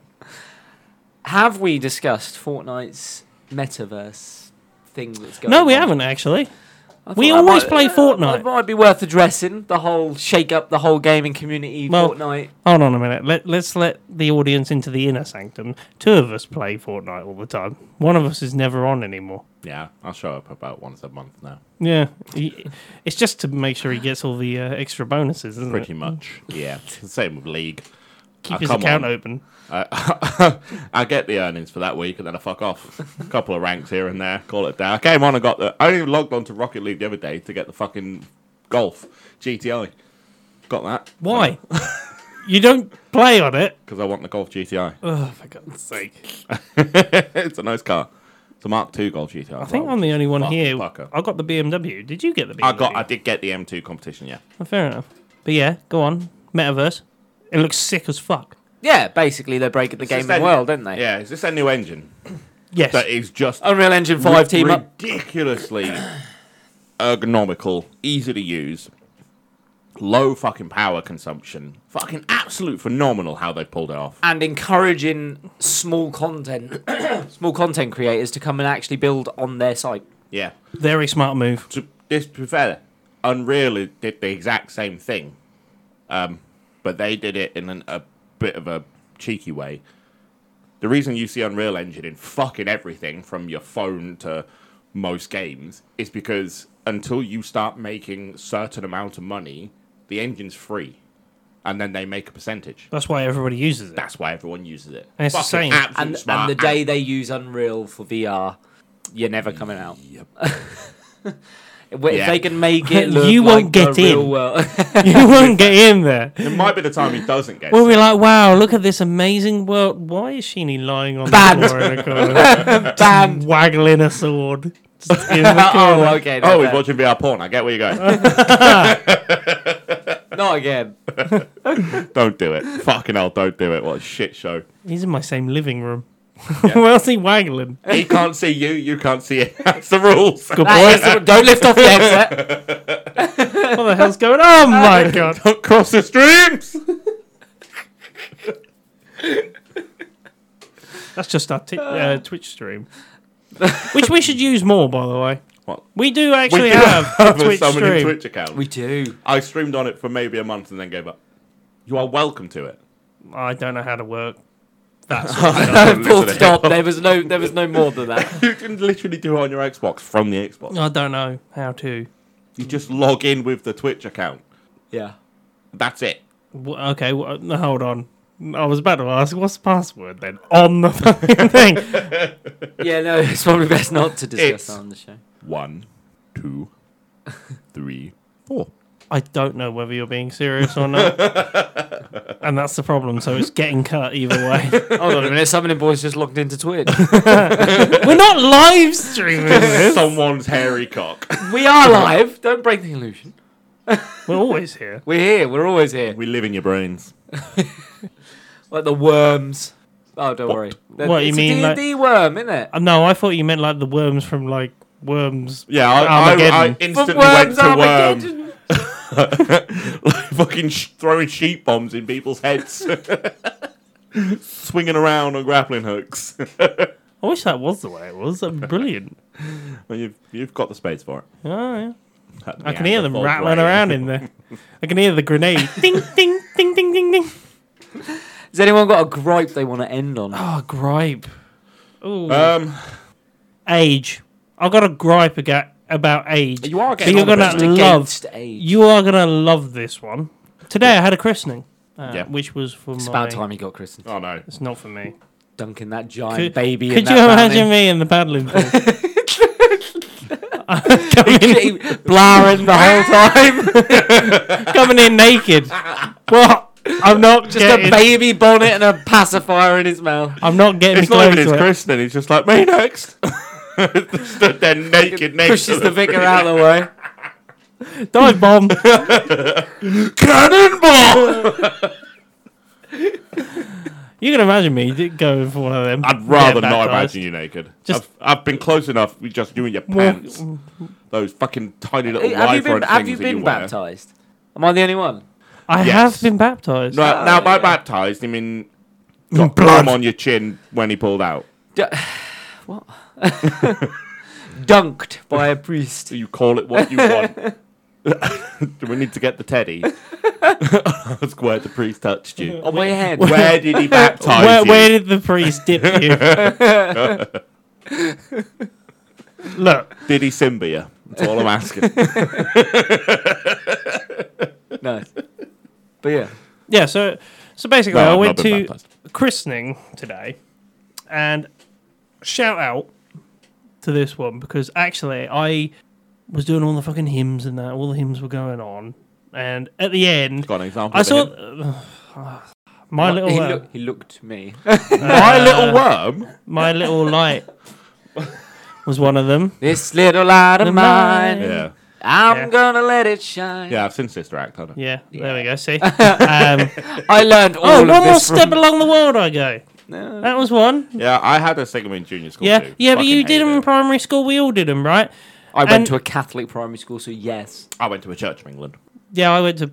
S3: Have we discussed Fortnite's metaverse thing that's going?
S2: No, we
S3: on?
S2: haven't actually.
S3: I
S2: We
S3: thought that
S2: always
S3: might-
S2: play
S3: uh,
S2: Fortnite.
S3: It might be worth addressing the whole shake up, the whole gaming community.
S2: Well-
S3: Fortnite.
S2: Hold on a minute. Let, let's let the audience into the inner sanctum. Two of us play Fortnite all the time. One of us is never on anymore.
S1: Yeah, I'll show up about once a month now.
S2: Yeah, he, it's just to make sure he gets all the uh, extra bonuses, isn't
S1: Pretty
S2: it?
S1: much. Yeah. Same with League.
S2: Keep
S1: Ah,
S2: his
S1: come
S2: account
S1: on.
S2: open.
S1: I, I get the earnings for that week and then I fuck off. A couple of ranks here and there, call it a day. I came on and got the. I only logged on to Rocket League the other day to get the fucking golf GTI. Got that
S2: Why? you don't play on it.
S1: because I want the golf GTI.
S2: Oh, for God's sake!
S1: it's a nice car. It's a Mark II Golf GTI.
S2: I think I'm the only one
S1: fuck,
S2: here.
S1: fucker.
S2: I got the BMW. Did you get the BMW?
S1: I got. I did get the M2 competition. Yeah.
S2: Oh, fair enough. But yeah, go on. Metaverse. It looks sick as fuck.
S3: Yeah, basically they're breaking the
S1: Is
S3: gaming
S1: this their-
S3: world, didn't they?
S1: Yeah. Is this their new engine
S2: Yes.
S1: that is just
S3: Unreal Engine Five
S1: ri-
S3: team up.
S1: ridiculously ergonomical, easy to use, low fucking power consumption. Fucking absolute phenomenal how they pulled it off.
S3: And encouraging small content, small content creators to come and actually build on their site.
S1: Yeah.
S2: Very smart move.
S1: to this to be fair, Unreal did the exact same thing, um, but they did it in an, a bit of a cheeky way. The reason you see Unreal Engine in fucking everything from your phone to most games is because until you start making certain amount of money, the engine's free, and then they make a percentage.
S2: That's why everybody uses it.
S1: That's why everyone uses it.
S2: And it's the
S1: Fucking
S2: same.
S1: absolute
S3: And,
S1: smart
S3: and the day they use Unreal for VR, you're never coming out.
S1: Yep.
S3: If if
S1: Yeah.
S3: they can make it look
S2: You won't get
S3: like the real
S2: in.
S3: world.
S2: you won't get in there.
S1: It might be the time he doesn't get.
S2: We'll
S1: it.
S2: be like, wow, look at this amazing world. Why is Sheeny lying on
S3: Banned.
S2: the floor in a corner,
S3: Banned.
S2: waggling a sword? Just in the corner.
S3: oh, okay.
S1: Oh,
S3: no,
S1: he's
S3: no.
S1: watching VR porn. I get where you're going.
S3: not again.
S1: Don't do it. Fucking hell, don't do it. What a shit show.
S2: He's in my same living room. Where's he waggling?
S1: He can't see you, you can't see it. That's the rules.
S2: Good
S3: That
S2: boy.
S3: is the- don't lift off the headset.
S2: what the hell's going on? Oh my god.
S1: Don't cross the streams.
S2: That's just our t- uh, Twitch stream. Which we should use more, by the way.
S1: What?
S2: We do actually
S1: do
S2: have, a
S1: Over
S2: Twitch
S1: so many
S2: stream.
S1: Twitch accounts.
S3: We do.
S1: I streamed on it for maybe a month and then gave up. You are welcome to it.
S2: I don't know how to work.
S3: Full stop. There was no. There was no more than that.
S1: You can literally do it on your Xbox from the Xbox.
S2: I don't know how to.
S1: You just log in with the Twitch account.
S3: Yeah.
S1: That's it.
S2: W- Okay, w- no, hold on. I was about to ask, what's the password then? On the fucking thing.
S3: Yeah. No. It's probably best not to discuss
S1: It's-
S3: that on the show.
S1: One, two, three, four.
S2: I don't know whether you're being serious or not. and that's the problem. So it's getting cut either way.
S3: Hold on a minute, Summoning Boys just logged into Twitch.
S2: We're not live streaming this.
S1: Someone's hairy cock.
S3: we are live. Don't break the illusion.
S2: We're always here.
S3: We're here. We're always here.
S1: We live in your brains.
S3: Like the worms. Oh, don't worry. They're-
S2: What, you
S3: it's
S2: mean,
S3: a
S2: like-
S3: D&D worm, isn't it?
S2: Uh, No, I thought you meant like the worms from like worms.
S1: Yeah, I, I, I
S2: Armageddon.
S1: instantly went
S3: worms
S1: to worm.
S3: Armageddon.
S1: like fucking sh- throwing sheep bombs in people's heads. Swinging around on grappling hooks.
S2: I wish that was the way it was. That'd be brilliant.
S1: Well, you've, you've got the space for it.
S2: Oh, yeah.
S1: That
S2: I can hear them
S1: Neanderthal
S2: rattling
S1: brain.
S2: around in there. I can hear the grenade. ding, ding, ding, ding, ding, ding.
S3: Has anyone got a gripe they want to end on?
S2: Oh, gripe. Ooh.
S1: Um,
S2: age. I've got a gripe aga- about age.
S1: you are
S2: So
S1: getting
S2: you're
S1: on a
S2: gonna
S1: bit.
S2: love.
S3: Against age.
S2: You are gonna love this one. Today I had a christening, uh,
S1: Yeah.
S2: which was for
S3: It's
S2: my.
S3: about time he got christened.
S1: Oh no.
S2: It's not for me.
S3: Dunking that giant
S2: Could-
S3: baby in
S2: Could
S3: that
S2: you imagine
S3: fountain.
S2: me in the paddling pool?
S3: He-
S2: coming,
S3: blaring the whole time?
S2: coming in naked. What? I'm not
S3: Just a
S2: getting.
S3: baby bonnet and a pacifier in his mouth.
S2: I'm not getting
S1: It's
S2: me
S1: not even
S2: close
S1: his
S2: to it.
S1: christening. He's just like me next. Stood there naked, naked.
S3: Pushes the vicar out of the way.
S2: Dive bomb.
S1: cannonball.
S2: You can imagine me d- going for one of them.
S1: I'd rather
S2: Yeah,
S1: not
S2: baptized.
S1: imagine you naked.
S2: Just-
S1: I've, I've been close enough. with Just you and your pants. Those fucking tiny little
S3: Have you been,
S1: wide-front
S3: have
S1: things
S3: you
S1: that
S3: been
S1: wear.
S3: baptized? Am I the only one?
S2: I
S1: Yes.
S2: have been baptized.
S1: No,
S3: Oh,
S1: now by
S3: yeah.
S1: baptized, I mean got
S2: blood.
S1: blood on your chin when he pulled out.
S3: D- what? Dunked by a priest.
S1: Do you call it what you want? Do we need to get the teddy? Ask where the priest touched you.
S3: On my head.
S1: Where did he baptize
S2: Where,
S1: you?
S2: where did the priest dip you? Look,
S1: Did he simba you? That's all I'm asking.
S3: No. But yeah.
S2: yeah. So, so basically,
S1: No,
S2: I
S1: I've
S2: went
S1: not been
S2: to
S1: baptized.
S2: christening today, and shout out to this one because actually I was doing all the fucking hymns and that. All the hymns were going on, and at the end,
S1: Got an example.
S2: I
S1: of
S2: saw
S1: him.
S2: my
S3: he,
S2: little uh,
S3: look- he looked to me.
S1: my little worm.
S2: my little light was one of them.
S3: this little light
S2: The
S3: of mine,
S1: Yeah,
S3: I'm
S2: Yeah.
S3: gonna let it shine.
S1: yeah. I've seen Sister Act. Haven't I?
S2: Yeah, there we go. See, um,
S3: I learned all
S2: oh,
S3: of
S2: one more
S3: this
S2: step
S3: from-
S2: along the world I go.
S3: No.
S2: That was one.
S1: Yeah, I had a segment in junior school.
S2: Yeah,
S1: too.
S2: yeah, but
S1: Fucking
S2: you
S1: hated
S2: did them in
S1: it.
S2: primary school. We all did them, right?
S3: I went
S2: and-
S3: to a Catholic primary school, so yes.
S1: I went to a church in England.
S2: Yeah, I went to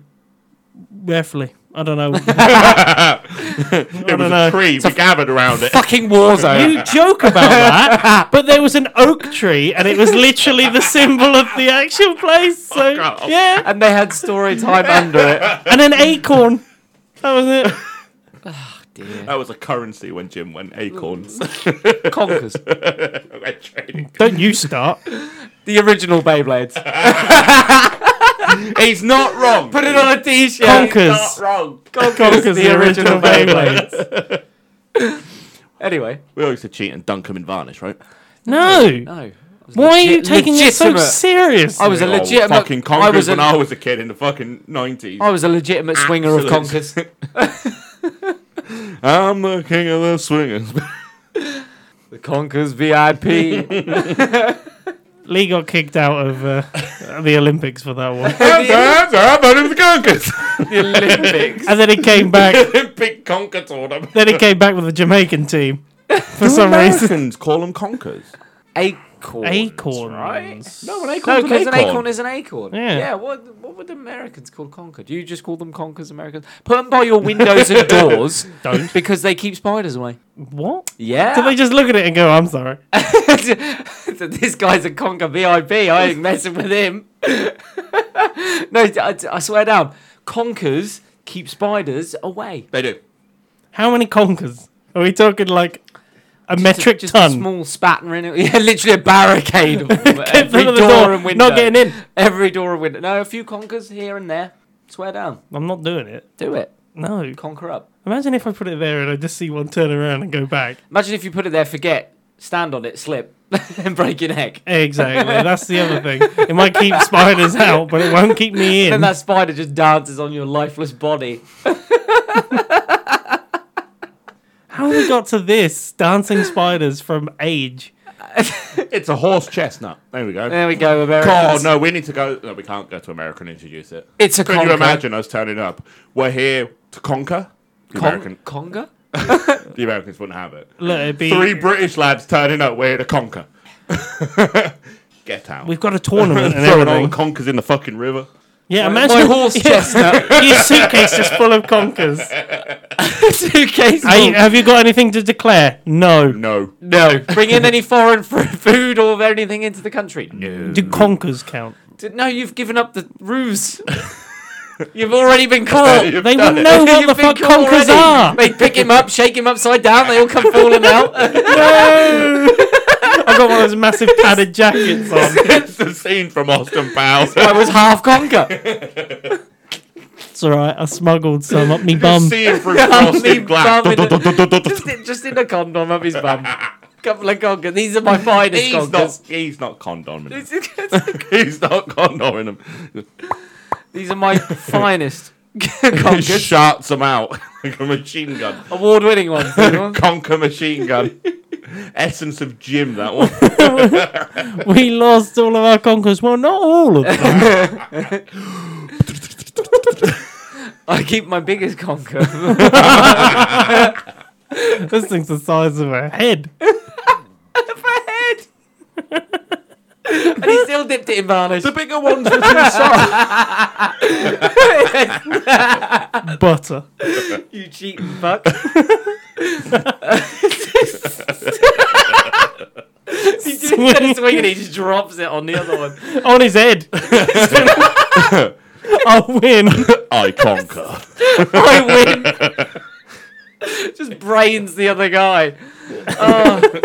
S2: Werfley. I don't know.
S1: It was
S2: know.
S1: a tree. We gathered around it.
S3: Fucking war zone.
S2: you joke about that, but there was an oak tree, and it was literally the symbol of the actual place. So
S1: Fuck off.
S2: yeah,
S3: and they had story time under it.
S2: and an acorn. That was it.
S3: Dear.
S1: That was a currency when Jim went acorns.
S3: Conkers.
S1: Went trading.
S2: Don't you start.
S3: The original Beyblades.
S1: He's not wrong.
S3: Put it on a t-shirt.
S1: Not
S2: Conkers.
S1: wrong.
S2: Conkers,
S3: the original
S2: Beyblades.
S3: Anyway.
S1: We always used to cheat and dunk him in varnish, right?
S2: No.
S3: No. I was
S2: Why are you
S3: legit-
S2: taking it so
S3: legitimate-
S2: serious?
S3: I was a
S1: Oh,
S3: legitimate.
S1: fucking
S3: I
S1: Conkers
S3: was a,
S1: when I was a kid in the fucking nineties.
S3: I was a legitimate swinger of Conkers.
S1: Absolute. I'm the king of the swingers.
S3: The Conkers VIP.
S2: Lee got kicked out of uh, the Olympics for that one,
S1: Sometimes I'm better than the Conkers.
S3: the Olympics.
S2: and then he came back.
S1: Olympic Conker tournament.
S2: Then he came back with the Jamaican team for some reason.
S1: Americans call them Conkers.
S3: Acorn.
S2: Acorns.
S3: right?
S1: No, an
S3: No,
S1: acorn's
S3: because
S1: an
S3: an
S1: acorn.
S3: acorn is an acorn.
S2: Yeah.
S3: what, what would Americans call conker? Do you just call them conkers, Americans? Put them by your windows and doors.
S2: Don't.
S3: Because they keep spiders away.
S2: What?
S3: Yeah.
S2: Do they just look at it and go, I'm sorry?
S3: this guy's a conker VIP. I ain't messing with him. no, I, I swear down. Conkers keep spiders away.
S1: They do.
S2: How many conkers? Are we talking like a metric
S3: Just
S2: ton?
S3: a small spatter in it. Yeah, literally a barricade. of them.
S2: Kept
S3: every
S2: under the
S3: door,
S2: door,
S3: and window.
S2: not getting in.
S3: Every door and window. No, a few conkers here and there. Swear down.
S2: I'm not doing it.
S3: Do it.
S2: No.
S3: Conquer up.
S2: Imagine if I put it there and I just see one turn around and go back.
S3: Imagine if you put it there, forget stand on it, slip, and break your neck.
S2: Exactly. That's the other thing. It might keep spiders out, but it won't keep me in.
S3: And that spider just dances on your lifeless body.
S2: How we got to this dancing spiders from age?
S1: It's a horse chestnut. There we go.
S3: There we go,
S1: Oh
S3: Americans.
S1: no, we need to go. No, we can't go to America and introduce it.
S3: It's a
S1: Can
S3: conker.
S1: you imagine us turning up? We're here to conquer. The,
S3: Con-
S1: American,
S3: conga?
S1: the Americans wouldn't have it.
S2: Look, it'd be
S1: Three British lads turning up. We're here to conquer. Get out.
S2: We've got a tournament and
S1: Throwing all the
S2: everything.
S1: conkers in the fucking river.
S2: Yeah,
S3: My
S2: imagine
S3: horse chestnut.
S2: your suitcase just full of conkers.
S3: Suitcase.
S2: Are you-
S3: full.
S2: have you got anything to declare? No.
S1: No.
S3: No. Bring in any foreign f- food or anything into the country. No.
S2: Do conkers count?
S3: No, you've given up the ruse. You've already been caught.
S1: You've
S2: They
S1: done
S2: would
S1: it.
S2: know what
S3: You've
S2: the
S3: been
S2: fuck
S3: caught
S2: conkers
S3: already.
S2: are.
S3: They pick him up, shake him upside down, they all come falling out.
S2: I've got one of those massive padded jackets on.
S1: It's the scene from Austin Powers.
S3: I was half conker.
S2: It's all right. I smuggled some up me
S1: Just
S2: bum.
S1: see him through frosted glass.
S3: bum in the-
S1: Dun, dun, dun, dun, dun,
S3: Just, in- just in a condom up his bum. Couple of conkers. These are my finest
S1: He's not,
S3: conkers.
S1: he's not condoming him.
S3: This is-
S1: He's not condoming him.
S3: These are my finest
S1: He
S3: conkers.
S1: shuts him out like a machine gun.
S3: Award winning ones. these ones.
S1: Conquer machine gun. Essence of Jim, that one.
S2: We lost all of our conkers. Well, not all of them.
S3: I keep my biggest conker.
S2: this thing's the size of a head.
S3: my head. and he still dipped it in varnish.
S1: the bigger ones that's inside.
S2: Butter.
S3: you cheating fuck. he just instead of swinging, it, he just drops it on the other one.
S2: On his head. I win.
S1: I conquer.
S3: I win. just brains the other guy. Oh.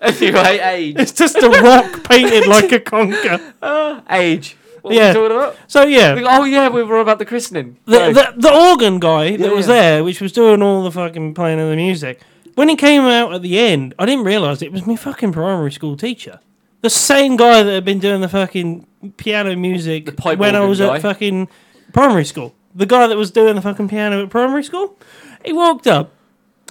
S3: Anyway, age.
S2: It's just a rock painted like a conker.
S3: Age. What
S2: Yeah.
S3: yeah. were we talking
S2: So yeah,
S3: about? Oh, yeah, we were about the christening.
S2: the the, the organ guy that was
S3: yeah.
S2: there, which was doing all the fucking playing of the music, when he came out at the end, I didn't realise it was my fucking primary school teacher. The same guy that had been doing the fucking piano music
S3: pipe
S2: when I
S3: organ
S2: was
S3: guy.
S2: at fucking primary school. The guy that was doing the fucking piano at primary school, he walked up,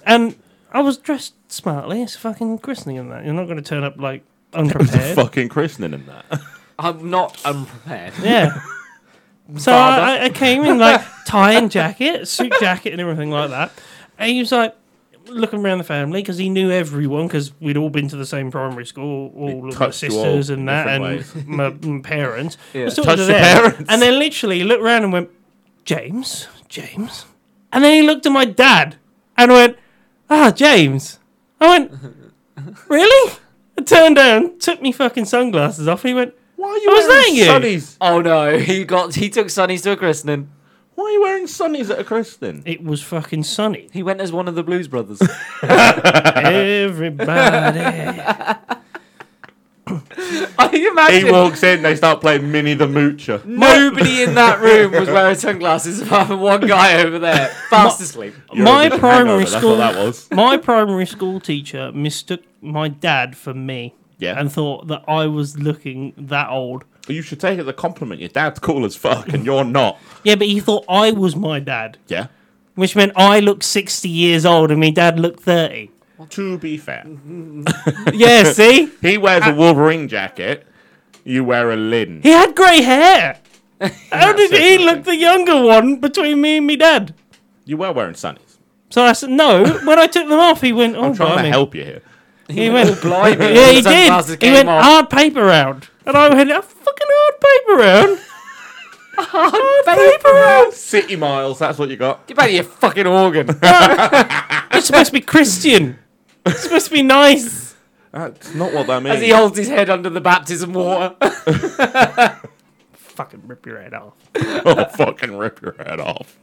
S2: and I was dressed smartly. It's a fucking christening and that. You're not going to turn up like unprepared.
S1: Fucking christening in that.
S3: I'm not unprepared.
S2: Yeah. So
S3: Barber.
S2: I, I- I came in like tie and jacket, suit jacket, and everything like that. And he was like looking around the family because he knew everyone because we'd all been to the same primary school, all of my
S1: touched you all
S2: sisters and that,
S1: different
S2: and my, my parents.
S3: Yeah.
S2: I was talking
S1: Touched your
S2: to them,
S1: parents?
S2: And then literally he looked around and went, James, James. And then he looked at my dad and went, Ah, James. I went, Really? I turned down, took me fucking sunglasses off, and he went,
S1: Why are you
S2: I was
S1: wearing
S2: saying you.
S1: sunnies?
S3: Oh no, he got he took Sonny's to a christening.
S1: Why are you wearing sunnies at a christening?
S2: It was fucking sunny.
S3: He went as one of the Blues Brothers.
S2: Everybody.
S3: I
S1: He
S3: imagine
S1: walks in, they start playing Minnie the Moocher.
S3: nobody in that room was wearing sunglasses apart from one guy over there, fast asleep.
S1: You're
S2: My
S1: a bit
S2: primary
S1: hangover, That's what
S2: school-
S1: that was.
S2: my primary school teacher mistook my dad for me
S1: Yeah.
S2: and thought that I was looking that old.
S1: You should take it as a compliment. Your dad's cool as fuck and you're not.
S2: Yeah, but he thought I was my dad,
S1: Yeah.
S2: which meant I looked 60 years old and my dad looked 30.
S1: To be fair.
S2: Yeah, see?
S1: He wears a Wolverine jacket. You wear a Lin.
S2: Uh, He had grey hair. How did
S1: says
S2: he
S1: nothing.
S2: look the younger one between me and me dad?
S1: You were wearing sunnies.
S2: So I said, no. When I took them off, he went, oh,
S1: I'm trying
S2: blimey.
S1: to help you here.
S2: He went,
S3: Blimey,
S2: Yeah,
S3: all
S2: he
S3: the sunglasses
S2: did. He
S3: came
S2: went
S3: off.
S2: hard paper round, and I went a fucking hard paper round. hard paper round.
S1: City miles, that's what you got.
S3: Get back to your fucking organ.
S2: It's supposed to be Christian. It's supposed to be nice.
S1: That's not what that means.
S3: As he holds his head under the baptism water.
S2: Fucking rip your head off.
S1: oh, fucking rip your head off.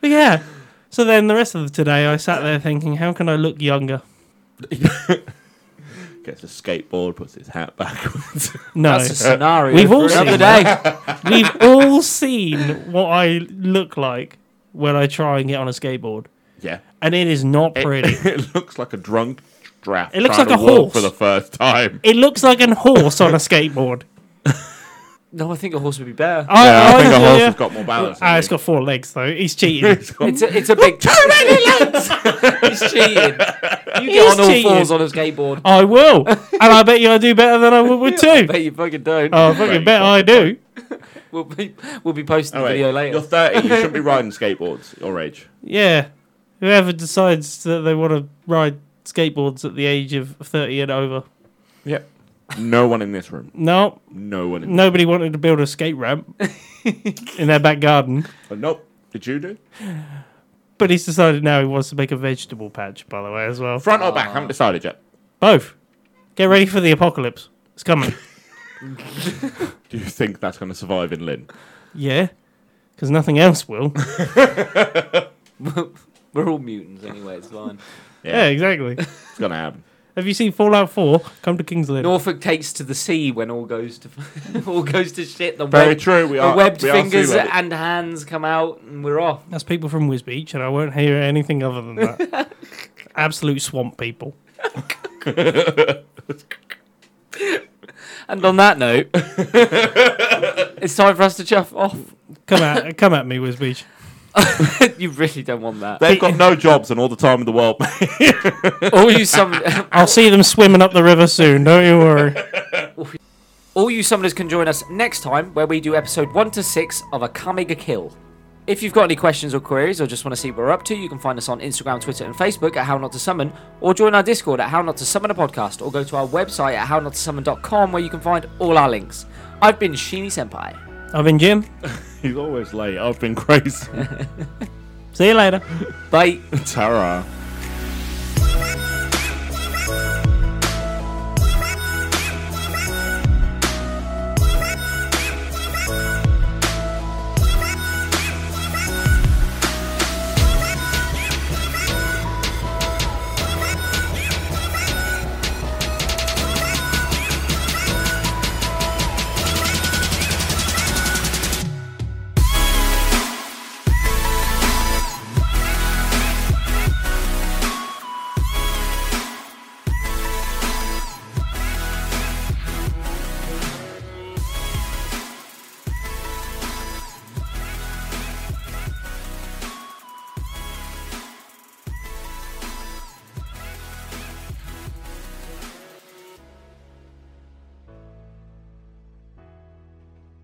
S2: But yeah. So then the rest of the today, I sat there thinking, how can I look younger?
S1: Gets a skateboard, puts his hat backwards.
S2: No,
S3: That's a scenario.
S2: We've
S3: for
S2: all seen
S3: another day.
S2: we've all seen what I look like when I try and get on a skateboard,
S1: yeah.
S2: and it is not
S1: It,
S2: pretty.
S1: it looks like a drunk draft.
S2: It looks
S1: trying
S2: like
S1: to
S2: a
S1: walk
S2: horse.
S1: for the first time.
S2: It looks like a horse on a skateboard.
S3: No, I think a horse would be better.
S2: I,
S1: Yeah, I think a horse
S2: yeah.
S1: has got more balance.
S2: Ah,
S1: than
S2: it's
S1: you.
S2: got four legs though. He's cheating.
S1: It's got-
S3: It's a, it's a big. Too many legs. He's cheating. You
S2: He's
S3: get on all
S2: cheating.
S3: fours on a skateboard.
S2: I will, and I bet you I do better than I would with
S3: I
S2: two.
S3: bet you fucking don't.
S2: Oh, I fucking bet I do.
S3: We'll be we'll be posting
S1: Oh,
S3: the
S1: wait,
S3: video later.
S1: You're 30. You shouldn't be riding skateboards. Your age.
S2: Yeah, whoever decides that they want to ride skateboards at the age of thirty and over.
S1: Yep. No one in this room.
S2: No,
S1: No one. In
S2: nobody wanted to build a skate ramp in their back garden,
S1: But nope. Did you do
S2: but he's decided now he wants to make a vegetable patch. By the way, as well,
S1: front or back? haven't decided yet.
S2: both. Get ready for the apocalypse. It's coming.
S1: Do you think that's going to survive in Lynn?
S2: yeah, because nothing else will.
S3: We're all mutants anyway. It's fine.
S2: yeah, exactly.
S1: it's going to happen.
S2: Have you seen Fallout 4? Come to King's Lynn.
S3: Norfolk takes to the sea when all goes to all goes to shit. The
S1: Very
S3: web,
S1: true. We
S3: the
S1: are
S3: webbed
S1: we are
S3: fingers
S1: seaweed.
S3: and hands come out, and we're off.
S2: That's people from Whiz Beach, and I won't hear anything other than that. Absolute swamp people.
S3: And on that note, it's time for us to chuff off.
S2: Come at, come at me, Whiz Beach.
S3: you really don't want that.
S1: They've got no jobs and all the time in the world.
S3: all you sum-
S2: I'll see them swimming up the river soon, don't you worry.
S3: all you summoners can join us next time where we do episode one to six of a Kamiga Kill. If you've got any questions or queries or just want to see what we're up to, you can find us on Instagram, Twitter, and Facebook at How Not to Summon, or join our Discord at How Not to Summon a Podcast, or go to our website at HowNotToSummon.com where you can find all our links. I've been Shini Senpai.
S2: I've been Jim.
S1: He's always late. I've been crazy.
S2: See you later.
S3: Bye.
S1: Tara.